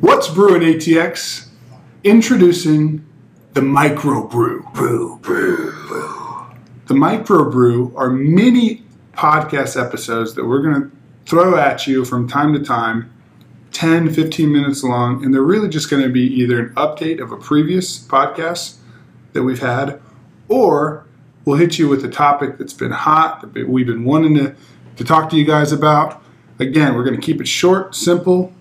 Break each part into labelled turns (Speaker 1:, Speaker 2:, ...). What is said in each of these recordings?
Speaker 1: What's brewing ATX? Introducing the microbrew. Brew, brew, brew. The microbrew are mini podcast episodes that we're going to throw at you from time to time, 10, 15 minutes long, and they're really just going to be either an update of a previous podcast that we've had, or we'll hit you with a topic that's been hot, that we've been wanting to, to talk to you guys about. Again, we're going to keep it short, simple,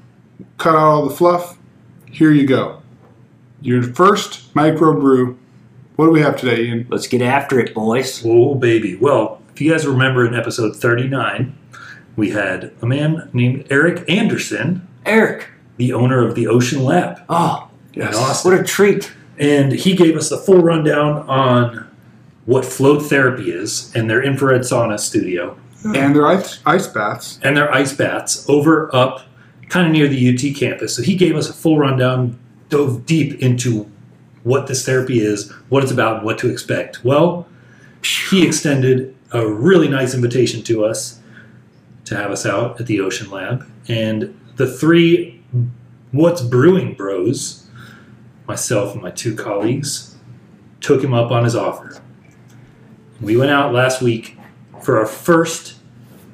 Speaker 1: cut out all the fluff. Here you go. Your first microbrew. What do we have today, Ian?
Speaker 2: Let's get after it, boys.
Speaker 3: Oh, baby. Well, if you guys remember in episode 39, we had a man named Eric Anderson,
Speaker 2: Eric.
Speaker 3: the owner of the Ocean Lab
Speaker 2: Oh,
Speaker 3: in Austin.
Speaker 2: what a treat.
Speaker 3: And he gave us a full rundown on what float therapy is and their infrared sauna studio
Speaker 1: And their ice, ice baths.
Speaker 3: and their ice baths over up kind of near the UT campus. So he gave us a full rundown, dove deep into what this therapy is, what it's about, what to expect. Well, he extended a really nice invitation to us to have us out at the Ocean Lab. And the three What's Brewing Bros, myself and my two colleagues, took him up on his offer. We went out last week for our first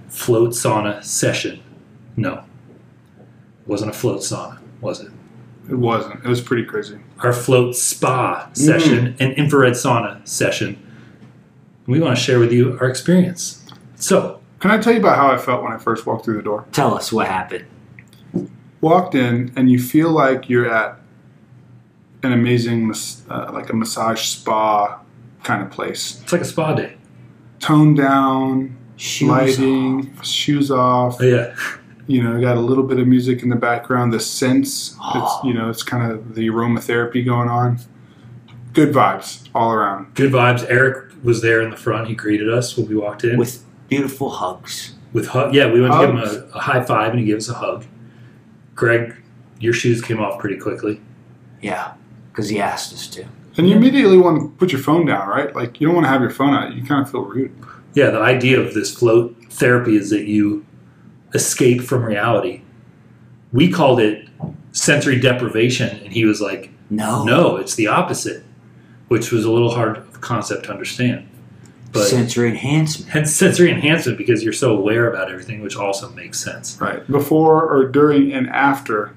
Speaker 3: float sauna session. No. It wasn't a float sauna, was it?
Speaker 1: It wasn't. It was pretty crazy.
Speaker 3: Our float spa session and infrared sauna session. We want to share with you our experience. So,
Speaker 1: Can I tell you about how I felt when I first walked through the door?
Speaker 2: Tell us what happened.
Speaker 1: Walked in, and you feel like you're at an amazing, mas- uh, like a massage spa kind of place.
Speaker 3: it's like a spa day.
Speaker 1: Toned down,
Speaker 2: Shoes
Speaker 1: lighting, shoes off.
Speaker 3: Oh, yeah.
Speaker 1: you know, got a little bit of music in the background, the sense,
Speaker 2: Oh.
Speaker 1: it's, you know, it's kind of the aromatherapy going on. Good vibes all around.
Speaker 3: Good vibes. Eric was there in the front. He greeted us when we walked in.
Speaker 2: with beautiful hugs.
Speaker 3: with hug. Yeah, we went to
Speaker 1: Hugs.
Speaker 3: give him a, a high five and he gave us a hug. Greg, your shoes came off pretty quickly.
Speaker 2: Yeah, because he asked us to.
Speaker 1: And you immediately want to put your phone down, right? Like, you don't want to have your phone out. You kind of feel rude.
Speaker 3: Yeah, the idea of this float therapy is that you escape from reality. We called it sensory deprivation, and he was like,
Speaker 2: No.
Speaker 3: no, it's the opposite, which was a little hard of a concept to understand. But
Speaker 2: Sensory enhancement.
Speaker 3: hence sensory enhancement because you're so aware about everything, which also makes sense.
Speaker 1: Right. Before or during and after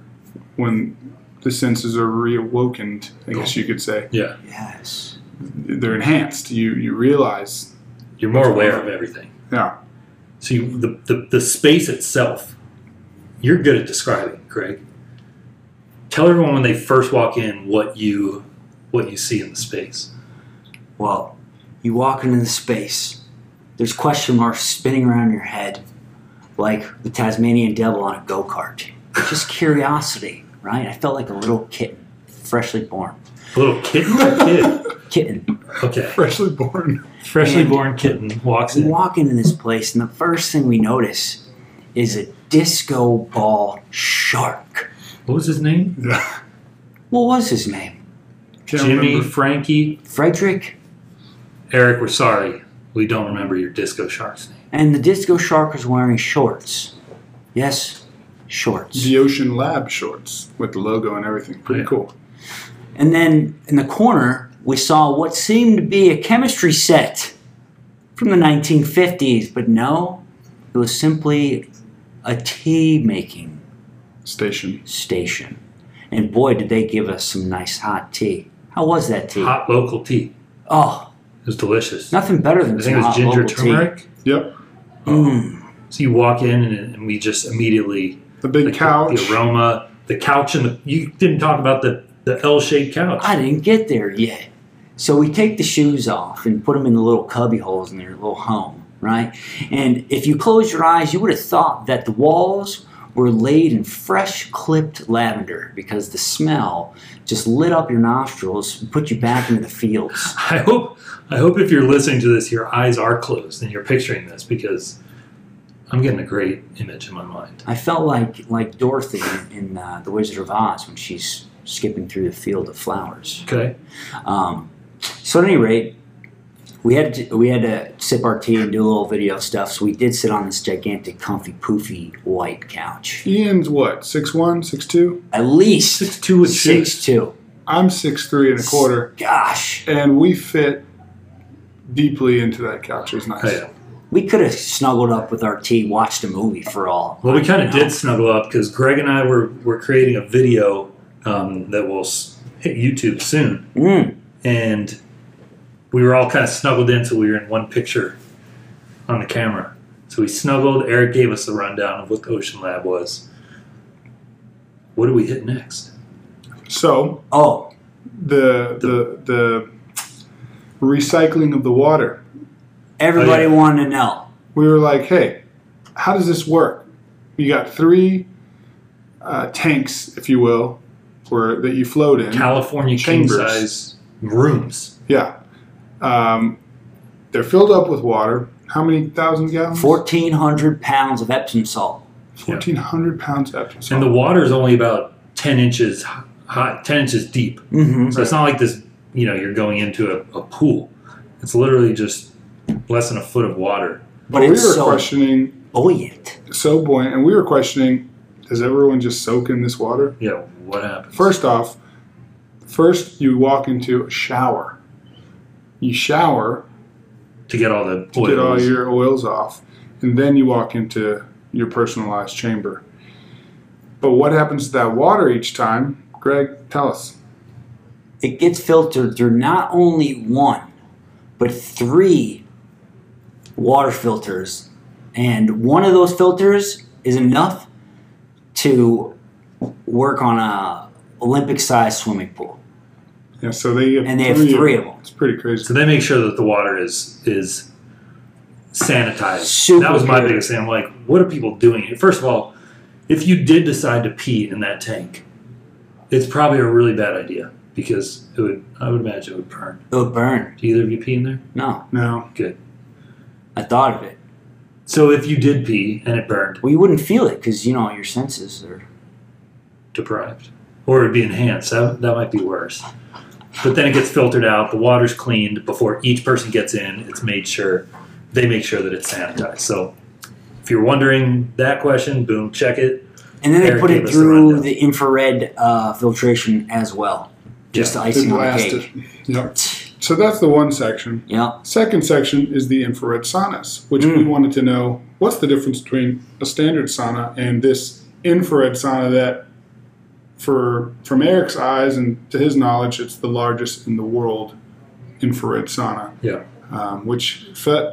Speaker 1: when the senses are reawakened, I guess you could say,
Speaker 3: Yeah,
Speaker 2: Yes.
Speaker 1: they're enhanced. You, you realize,
Speaker 3: you're more aware of everything.
Speaker 1: yeah,
Speaker 3: So you, the, the, the space itself, you're good at describing, Greg. Tell everyone when they first walk in what you what you see in the space.
Speaker 2: Well, you walk into the space. There's question marks spinning around your head, like the Tasmanian devil on a go kart. Just curiosity, right? I felt like a little kitten, freshly born.
Speaker 3: A little kitten or kid?
Speaker 2: Kitten.
Speaker 3: Okay.
Speaker 1: freshly born.
Speaker 3: Freshly
Speaker 2: And-
Speaker 3: born kitten walks
Speaker 2: We
Speaker 3: in.
Speaker 2: walk into this place, and the first thing we notice is a disco ball shark.
Speaker 3: What was his name?
Speaker 1: Yeah.
Speaker 2: What was his name?
Speaker 1: Can't
Speaker 3: Jimmy,
Speaker 1: remember.
Speaker 3: Frankie,
Speaker 2: Frederick
Speaker 3: Eric, we're sorry. We don't remember your disco shark's name.
Speaker 2: And the disco shark was wearing shorts. Yes, shorts.
Speaker 1: The Ocean Lab shorts with the logo and everything. Pretty
Speaker 3: Yeah.
Speaker 1: cool.
Speaker 2: And then in the corner, we saw what seemed to be a chemistry set from the 1950s, but no, it was simply a tea making
Speaker 1: Station.
Speaker 2: station. And boy, did they give us some nice hot tea. How was that tea?
Speaker 3: Hot local tea.
Speaker 2: Oh,
Speaker 3: It was delicious. I
Speaker 2: nothing better than some
Speaker 3: think it was
Speaker 2: hot
Speaker 3: ginger
Speaker 2: local tea.
Speaker 3: turmeric. Oh.
Speaker 1: Yep.
Speaker 2: Mm.
Speaker 3: So you walk in and, and we just immediately
Speaker 1: The big
Speaker 3: the,
Speaker 1: couch.
Speaker 3: the aroma, the couch and the you didn't talk about the, the L shaped couch.
Speaker 2: I didn't get there yet. So we take the shoes off and put them in the little cubby holes in their little home, right? And if you close your eyes, you would have thought that the walls were laid in fresh clipped lavender because the smell just lit up your nostrils and put you back into the fields.
Speaker 3: I hope I hope if you're listening to this, your eyes are closed and you're picturing this because I'm getting a great image in my mind.
Speaker 2: I felt like like Dorothy in, in uh, The Wizard of Oz when she's skipping through the field of flowers.
Speaker 3: Okay.
Speaker 2: Um, so at any rate, we had to, we had to sip our tea and do a little video stuff. So we did sit on this gigantic, comfy, poofy white couch.
Speaker 1: Ian's what? Six one, six two.
Speaker 2: At least
Speaker 3: Six two and
Speaker 2: six
Speaker 3: six.
Speaker 2: two.
Speaker 1: I'm six three and a quarter,
Speaker 2: Gosh,
Speaker 1: and we fit deeply into that couch. It was nice.
Speaker 3: Oh, yeah.
Speaker 2: we could have snuggled up with our tea, watched a movie for all.
Speaker 3: Well, we kind
Speaker 2: you
Speaker 3: of
Speaker 2: know.
Speaker 3: did snuggle up because Greg and I were, were creating a video um, that will s- hit YouTube soon.
Speaker 2: Mm.
Speaker 3: And we were all kind of snuggled in, so we were in one picture on the camera. So we snuggled. Eric gave us the rundown of what the Ocean Lab was. What do we hit next?
Speaker 1: So
Speaker 2: Oh,
Speaker 1: the the the recycling of the water.
Speaker 2: everybody
Speaker 3: Oh,
Speaker 2: wanted to know.
Speaker 1: we were like, hey, how does this work? You got three uh, tanks, if you will, where that you float in.
Speaker 3: California king
Speaker 1: Chambers.
Speaker 3: size rooms.
Speaker 1: yeah. Um, they're filled up with water. How many thousand gallons?
Speaker 2: Fourteen hundred pounds of Epsom salt.
Speaker 1: 1,400 pounds Epsom salt.
Speaker 3: And the water is only about 10 inches h- high, 10 inches deep.
Speaker 2: Mm-hmm.
Speaker 3: So it's not like this, you know, you're going into a, a pool. It's literally just less than a foot of water.
Speaker 1: but
Speaker 2: But
Speaker 1: we were
Speaker 2: it's so
Speaker 1: questioning,
Speaker 2: buoyant.
Speaker 1: so buoyant, and we were questioning, does everyone just soak in this water?
Speaker 3: Yeah, what happened?
Speaker 1: First off, first you walk into a shower. You shower,
Speaker 3: to get all the
Speaker 1: to get all
Speaker 3: oils.
Speaker 1: your oils off, and then you walk into your personalized chamber. But what happens to that water each time? Greg, tell us.
Speaker 2: It gets filtered through not only one, but three water filters, and one of those filters is enough to work on a Olympic-sized swimming pool,
Speaker 1: Yeah, so they have
Speaker 2: and they have three of them.
Speaker 1: It's pretty crazy.
Speaker 3: so they make sure that the water is is sanitized.
Speaker 2: Super
Speaker 3: that was my
Speaker 2: pure.
Speaker 3: biggest thing. I'm like, what are people doing? First of all, if you did decide to pee in that tank, it's probably a really bad idea because it would. I would imagine it would burn.
Speaker 2: It would burn.
Speaker 3: Do either of you pee in there?
Speaker 2: No,
Speaker 1: No,
Speaker 3: Good.
Speaker 2: I thought of it.
Speaker 3: So if you did pee and it burned,
Speaker 2: Well, you wouldn't feel it because you know your senses are.
Speaker 3: deprived or it'd be enhanced that, that might be worse but then it gets filtered out the water's cleaned before each person gets in it's made sure they make sure that it's sanitized so if you're wondering that question boom check it
Speaker 2: And then they
Speaker 3: Eric
Speaker 2: put
Speaker 3: gave
Speaker 2: it
Speaker 3: us the
Speaker 2: through
Speaker 3: rundown.
Speaker 2: the infrared uh, filtration as well, just the
Speaker 1: it
Speaker 2: icing on the
Speaker 1: blasted.
Speaker 2: cake.
Speaker 1: Yep. So that's the one section.
Speaker 2: Yeah,
Speaker 1: Second section is the infrared saunas, which
Speaker 2: Mm.
Speaker 3: Hmm.
Speaker 1: we wanted to know what's the difference between a standard sauna and this infrared sauna that for from Eric's eyes and to his knowledge it's the largest in the world infrared sauna.
Speaker 3: yeah
Speaker 1: um, which fit,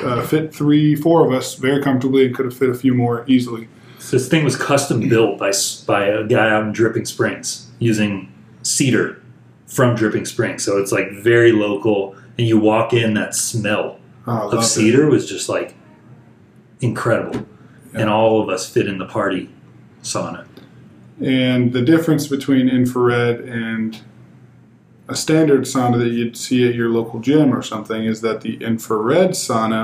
Speaker 1: uh, fit three, four of us very comfortably and could have fit a few more easily.
Speaker 3: so this thing was custom built by s- by a guy out in dripping springs using cedar from dripping springs so it's like very local and you walk in that smell
Speaker 1: Oh, I
Speaker 3: of
Speaker 1: loved it.
Speaker 3: cedar was just like incredible
Speaker 1: Yeah.
Speaker 3: and all of us fit in the party sauna
Speaker 1: And the difference between infrared and a standard sauna that you'd see at your local gym or something is that the infrared sauna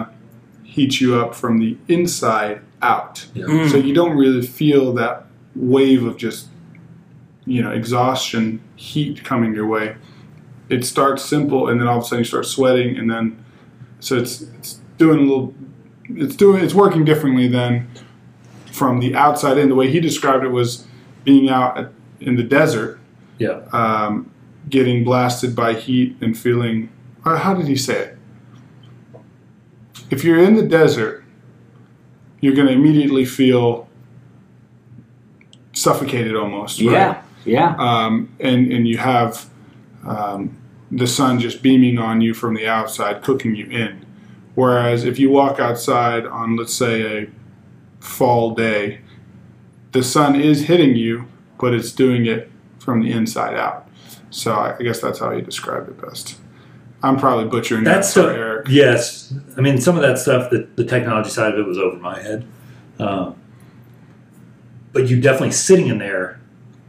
Speaker 1: heats you up from the inside out.
Speaker 3: Yeah.
Speaker 2: Mm.
Speaker 1: So you don't really feel that wave of just, you know, exhaustion heat coming your way. It starts simple, and then all of a sudden you start sweating, and then so it's it's doing a little, it's doing it's working differently than from the outside in. The way he described it was being out at, in the desert,
Speaker 3: yeah
Speaker 1: um, getting blasted by heat and feeling. Or how did he say it? If you're in the desert, you're going to immediately feel suffocated almost. right?
Speaker 2: yeah, yeah.
Speaker 1: Um, and and you have um, the sun just beaming on you from the outside, cooking you in. Whereas if you walk outside on, let's say, a fall day, the sun is hitting you, but it's doing it from the inside out. So I I guess that's how you described it best. I'm probably butchering
Speaker 3: that
Speaker 1: that, sorry,
Speaker 3: stuff
Speaker 1: Eric.
Speaker 3: yes i mean some of that stuff the, the technology side of it was over my head um, but you definitely sitting in there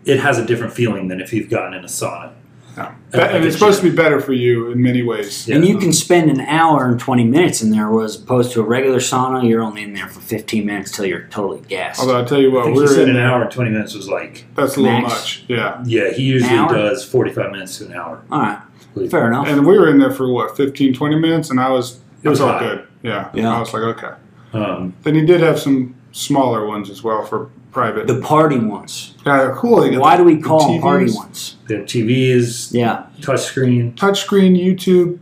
Speaker 3: it has a different feeling than if you've gotten in a sauna
Speaker 1: No.
Speaker 3: I don't
Speaker 1: and
Speaker 3: think
Speaker 1: it's
Speaker 3: it
Speaker 1: supposed to be
Speaker 3: should.
Speaker 1: better for you in many ways.
Speaker 3: Yeah.
Speaker 2: And you can spend an hour and 20 minutes in there, whereas opposed to a regular sauna, you're only in there for 15 minutes till you're totally gassed.
Speaker 1: Although I'll tell you
Speaker 3: I
Speaker 1: what,
Speaker 3: think he
Speaker 1: we're
Speaker 3: said
Speaker 1: in
Speaker 3: an
Speaker 1: there.
Speaker 3: hour and 20 minutes was like,
Speaker 1: That's a little
Speaker 2: Max.
Speaker 1: much. Yeah.
Speaker 3: yeah, he usually
Speaker 2: An hour?
Speaker 3: does 45 minutes to an hour.
Speaker 2: All right,
Speaker 3: Believe
Speaker 2: fair enough.
Speaker 1: And we were in there for what, 15, 20 minutes? And I was,
Speaker 3: It was
Speaker 1: I felt
Speaker 3: hot.
Speaker 1: good. Yeah.
Speaker 2: Yeah.
Speaker 1: I was like, okay.
Speaker 3: Um,
Speaker 1: Then he did have some smaller ones as well for private.
Speaker 2: The party ones.
Speaker 1: yeah, they're cool. They got
Speaker 2: Why do we
Speaker 1: the
Speaker 2: call them party
Speaker 1: TVs,
Speaker 2: ones?
Speaker 3: they have TVs,
Speaker 2: Yeah,
Speaker 3: touchscreen.
Speaker 1: Touchscreen, YouTube,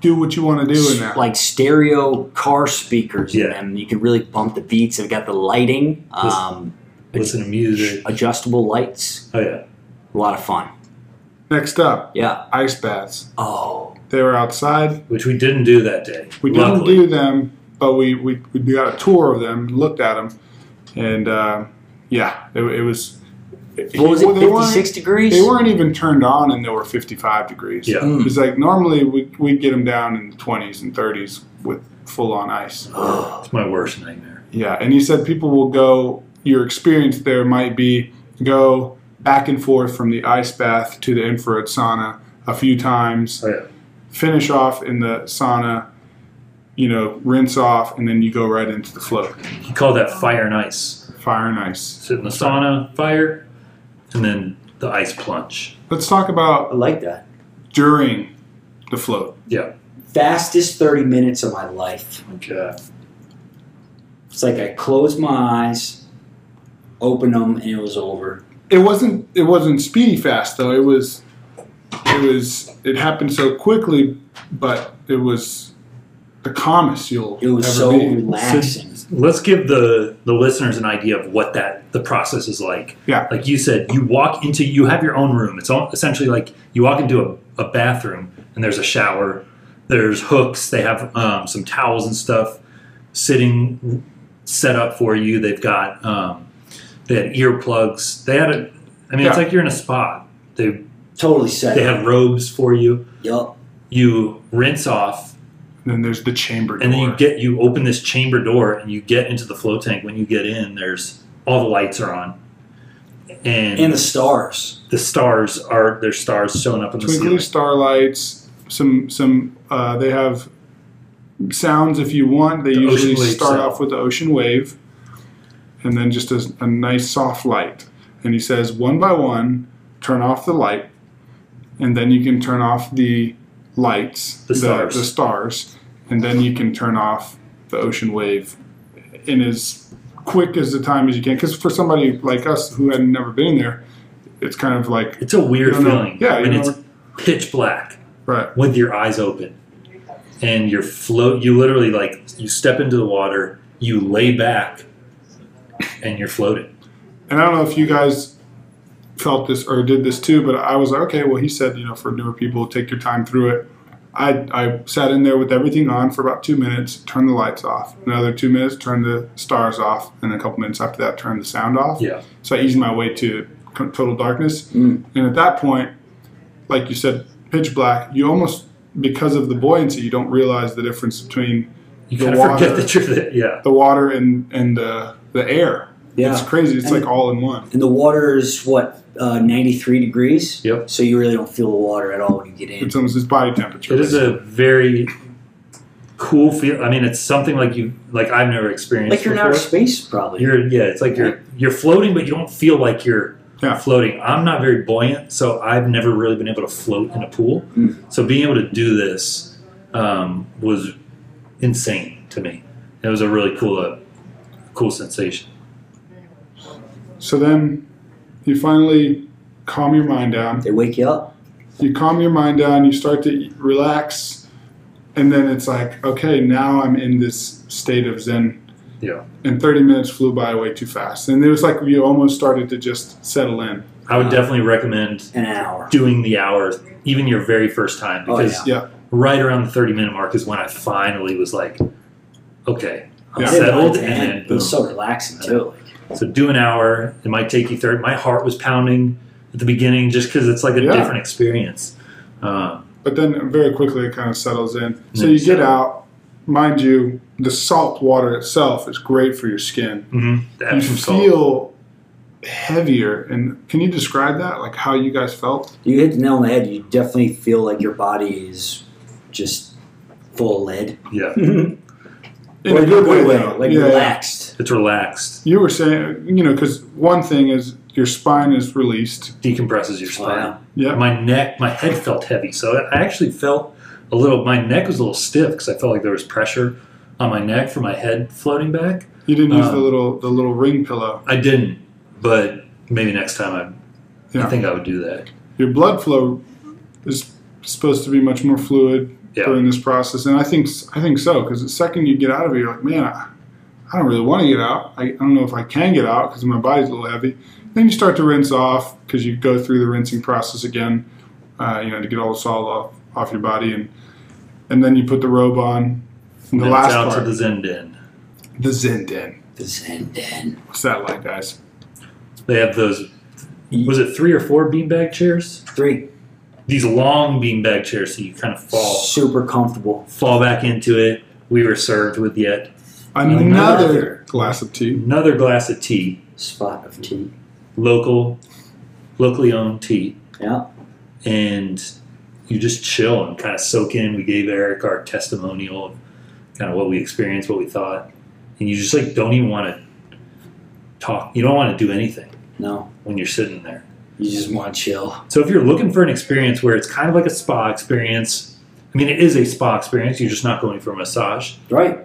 Speaker 1: do what you want to do in there.
Speaker 2: like stereo car speakers in
Speaker 3: Yeah.
Speaker 2: them. You can really bump the beats. They've got the lighting, um,
Speaker 3: Listen to music.
Speaker 2: adjustable lights.
Speaker 3: Oh yeah,
Speaker 2: A lot of fun.
Speaker 1: Next up,
Speaker 2: Yeah.
Speaker 1: ice baths.
Speaker 2: Oh,
Speaker 1: They were outside.
Speaker 3: which we didn't do that day.
Speaker 1: We
Speaker 3: luckily.
Speaker 1: didn't do them, but we, we, we got a tour of them, looked at them, and uh, yeah, it, it was.
Speaker 2: what was
Speaker 1: Well,
Speaker 2: it?
Speaker 1: they weren't-
Speaker 2: 56 degrees.
Speaker 1: They weren't even turned on, and they were 55 degrees.
Speaker 3: Yeah.
Speaker 2: Mm.
Speaker 1: It was like normally we we'd get them down in the 20s and 30s with full on ice.
Speaker 3: It's my worst nightmare.
Speaker 1: Yeah, and you said people will go. Your experience there might be go back and forth from the ice bath to the infrared sauna a few times,
Speaker 3: Oh yeah,
Speaker 1: finish off in the sauna, you know, rinse off, and then you go right into the float,
Speaker 3: he called that fire and ice.
Speaker 1: fire and ice.
Speaker 3: Sit in the sauna, fire, and then the ice plunge.
Speaker 1: Let's talk about
Speaker 2: I like that.
Speaker 1: during the float.
Speaker 3: Yeah.
Speaker 2: Fastest 30 minutes of my life.
Speaker 3: Okay.
Speaker 2: It's like I closed my eyes, opened them, and it was over.
Speaker 1: It wasn't it wasn't speedy fast though. It was it was it happened so quickly, but it was the calmest you'll
Speaker 2: It was
Speaker 1: ever
Speaker 2: so
Speaker 1: be.
Speaker 2: relaxing.
Speaker 3: Let's give the the listeners an idea of what that the process is like.
Speaker 1: Yeah.
Speaker 3: Like you said, you walk into you have your own room. It's all, essentially like you walk into a, a bathroom and there's a shower. There's hooks. They have um, some towels and stuff sitting set up for you. They've got um, they had earplugs. They had a. I mean,
Speaker 1: Yeah.
Speaker 3: it's like you're in a spa. They
Speaker 2: totally set.
Speaker 3: they have robes for you.
Speaker 2: Yup.
Speaker 3: You rinse off
Speaker 1: Then there's the chamber door.
Speaker 3: and then you get you open this chamber door and you get into the flow tank when you get in there's all the lights are on and,
Speaker 2: And the stars.
Speaker 3: the stars are there's stars showing up in the
Speaker 1: twinkly
Speaker 3: ceiling
Speaker 1: starlights. Some some uh, they have sounds if you want. They
Speaker 3: The ocean
Speaker 1: usually
Speaker 3: wave
Speaker 1: start
Speaker 3: sound.
Speaker 1: off with the ocean wave, and then just a, a nice soft light. And he says one by one, turn off the light, and then you can turn off the lights,
Speaker 3: The stars.
Speaker 1: the stars, and then you can turn off the ocean wave in as quick as the time as you can. Because for somebody like us who had never been there, it's kind of like
Speaker 3: it's a weird
Speaker 1: You don't know.
Speaker 3: feeling
Speaker 1: Yeah, you
Speaker 3: when
Speaker 1: know.
Speaker 3: it's pitch black
Speaker 1: right.
Speaker 3: with your eyes open and you're float you literally like you step into the water you lay back and you're floating
Speaker 1: and I don't know if you guys felt this or did this too, but I was like, okay, well, he said, you know, for newer people, take your time through it. I, I sat in there with everything on for about two minutes, turned the lights off. Another two minutes, turned the stars off, and a couple minutes after that, turned the sound off.
Speaker 3: yeah
Speaker 1: So I eased my way to c- total darkness.
Speaker 2: Mm.
Speaker 1: And at that point, like you said, pitch black. You almost, because of the buoyancy, you don't realize the difference between
Speaker 3: you
Speaker 1: The
Speaker 3: kind of forget
Speaker 1: water.
Speaker 3: that you're there yeah
Speaker 1: the water and and the the air. It's crazy. It's
Speaker 2: And-
Speaker 1: like all in one.
Speaker 2: And the water is what uh, 93 degrees.
Speaker 3: Yep.
Speaker 2: So you really don't feel the water at all when you get in.
Speaker 1: It's almost it's body temperature.
Speaker 3: It is a very cool feel. I mean, it's something like you like I've never experienced.
Speaker 2: like you're in
Speaker 3: before.
Speaker 2: outer space, probably.
Speaker 3: You're yeah, it's like you're you're floating, but you don't feel like you're
Speaker 1: Yeah.
Speaker 3: floating. I'm not very buoyant, so I've never really been able to float in a pool.
Speaker 2: Mm.
Speaker 3: So being able to do this um, was insane to me. It was a really cool, uh, cool sensation.
Speaker 1: So then you finally calm your mind down.
Speaker 2: they wake you up.
Speaker 1: You calm your mind down, you start to relax, and then it's like, okay, now I'm in this state of zen.
Speaker 3: Yeah.
Speaker 1: And 30 minutes flew by way too fast. And it was like you almost started to just settle in.
Speaker 3: I would
Speaker 2: Uh,
Speaker 3: definitely recommend
Speaker 2: An hour.
Speaker 3: doing the hour, even your very first time,
Speaker 2: Oh,
Speaker 3: because
Speaker 2: yeah.
Speaker 1: Yeah.
Speaker 3: right around the 30 minute mark is when I finally was like, okay. I'm
Speaker 1: Yeah.
Speaker 3: settled and then
Speaker 2: and it was
Speaker 3: boom.
Speaker 2: so relaxing too.
Speaker 3: So do an hour. It might take you 30. My heart was pounding at the beginning just because it's like a
Speaker 1: Yeah.
Speaker 3: different experience. Um,
Speaker 1: But then very quickly it kind of settles in. So
Speaker 3: Yeah.
Speaker 1: you get out. Mind you, the salt water itself is great for your skin.
Speaker 3: mhm, the
Speaker 1: You
Speaker 3: Epsom salt.
Speaker 1: feel heavier. And can you describe that? Like how you guys felt?
Speaker 2: You hit the nail on the head. You definitely feel like your body is just full of lead.
Speaker 3: Yeah,
Speaker 1: In
Speaker 2: Like,
Speaker 1: a good way,
Speaker 2: though,
Speaker 1: though.
Speaker 2: Like
Speaker 1: Yeah, yeah.
Speaker 2: relaxed.
Speaker 3: it's relaxed,
Speaker 1: You were saying, you know, because one thing is your spine is released.
Speaker 3: decompresses your spine.
Speaker 2: Wow.
Speaker 1: Yeah.
Speaker 3: My neck, my head felt heavy, so I actually felt a little. My neck was a little stiff because I felt like there was pressure on my neck from my head floating back.
Speaker 1: You didn't use the
Speaker 3: Um,
Speaker 1: little the little ring pillow.
Speaker 3: I didn't, but maybe next time I,
Speaker 1: Yeah.
Speaker 3: I think I would do that.
Speaker 1: Your blood flow is supposed to be much more fluid
Speaker 3: Yeah.
Speaker 1: during this process, and I think s- I think so because the second you get out of it, you're like, man, I, I don't really want to get out. I, I don't know if I can get out because my body's a little heavy. Then you start to rinse off because you go through the rinsing process again, uh, you know, to get all the salt off off your body, and and then you put the robe on. And the
Speaker 3: Then it's
Speaker 1: last
Speaker 3: out
Speaker 1: part,
Speaker 3: to the Zenden.
Speaker 1: the Zenden.
Speaker 2: Zenden.
Speaker 1: What's that like, guys?
Speaker 3: They have those. Was it three or four beanbag chairs?
Speaker 2: Three.
Speaker 3: These long beanbag chairs, so you kind of fall
Speaker 2: Super comfortable.
Speaker 3: fall back into it. We were served with yet
Speaker 1: Another,
Speaker 2: Another.
Speaker 1: glass of tea.
Speaker 3: another glass of tea,
Speaker 2: Spot of tea.
Speaker 3: local, locally owned tea,
Speaker 2: Yeah.
Speaker 3: and you just chill and kind of soak in. We gave Eric our testimonial of kind of what we experienced, what we thought, and you just like don't even want to talk. You don't want to do anything
Speaker 2: No.
Speaker 3: when you're sitting there.
Speaker 2: You just want to chill.
Speaker 3: So if you're looking for an experience where it's kind of like a spa experience, I mean, it is a spa experience. You're just not going for a massage.
Speaker 2: Right.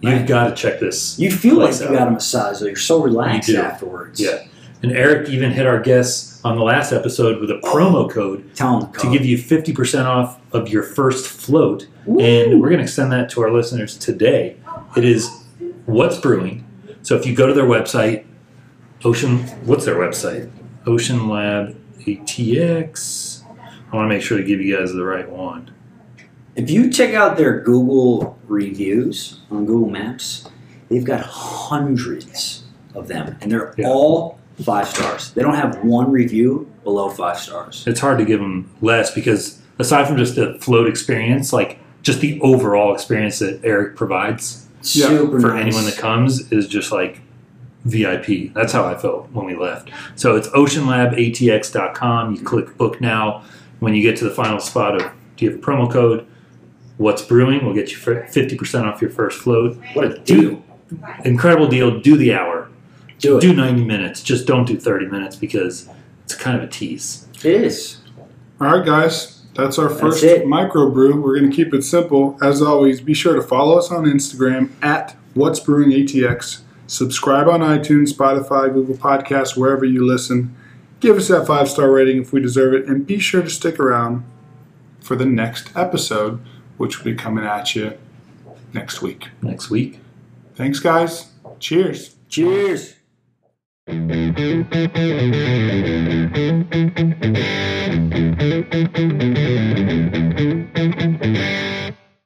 Speaker 3: You've
Speaker 2: Right.
Speaker 3: got to check this.
Speaker 2: You feel like
Speaker 3: Lights
Speaker 2: you
Speaker 3: out.
Speaker 2: got a massage though. You're so relaxed
Speaker 3: do.
Speaker 2: afterwards.
Speaker 3: Yeah. And Eric even hit our guests on the last episode with a promo code
Speaker 2: Tell them
Speaker 3: to give you 50% off of your first float.
Speaker 2: Woo.
Speaker 3: And we're going to extend that to our listeners today. It is What's Brewing. So if you go to their website, Ocean, what's their website? Ocean Lab ATX. I want to make sure to give you guys the right one.
Speaker 2: If you check out their Google reviews on Google Maps, they've got hundreds of them, and they're
Speaker 3: Yeah.
Speaker 2: all five stars. They don't have one review below five stars.
Speaker 3: it's hard to give them less because aside from just the float experience, like just the overall experience that Eric provides
Speaker 1: Yeah,
Speaker 2: Super
Speaker 3: for
Speaker 2: nice.
Speaker 3: anyone that comes is just like VIP. That's how I felt when we left. So it's oceanlabatx.com. You click book now. When you get to the final spot of do you have a promo code? What's brewing? We'll get you fifty percent off your first float.
Speaker 2: what a deal!
Speaker 3: Incredible deal. Do the hour.
Speaker 2: Do it.
Speaker 3: Do ninety minutes. Just don't do thirty minutes because it's kind of a tease.
Speaker 2: It is.
Speaker 1: All right, guys. That's our first
Speaker 2: it.
Speaker 1: microbrew. We're going to keep it simple. As always, be sure to follow us on Instagram at What's Brewing ATX. Subscribe on iTunes, Spotify, Google Podcasts, wherever you listen. Give us that five star rating if we deserve it. And be sure to stick around for the next episode, which will be coming at you next week.
Speaker 3: Next week.
Speaker 1: Thanks, guys. Cheers.
Speaker 2: Cheers.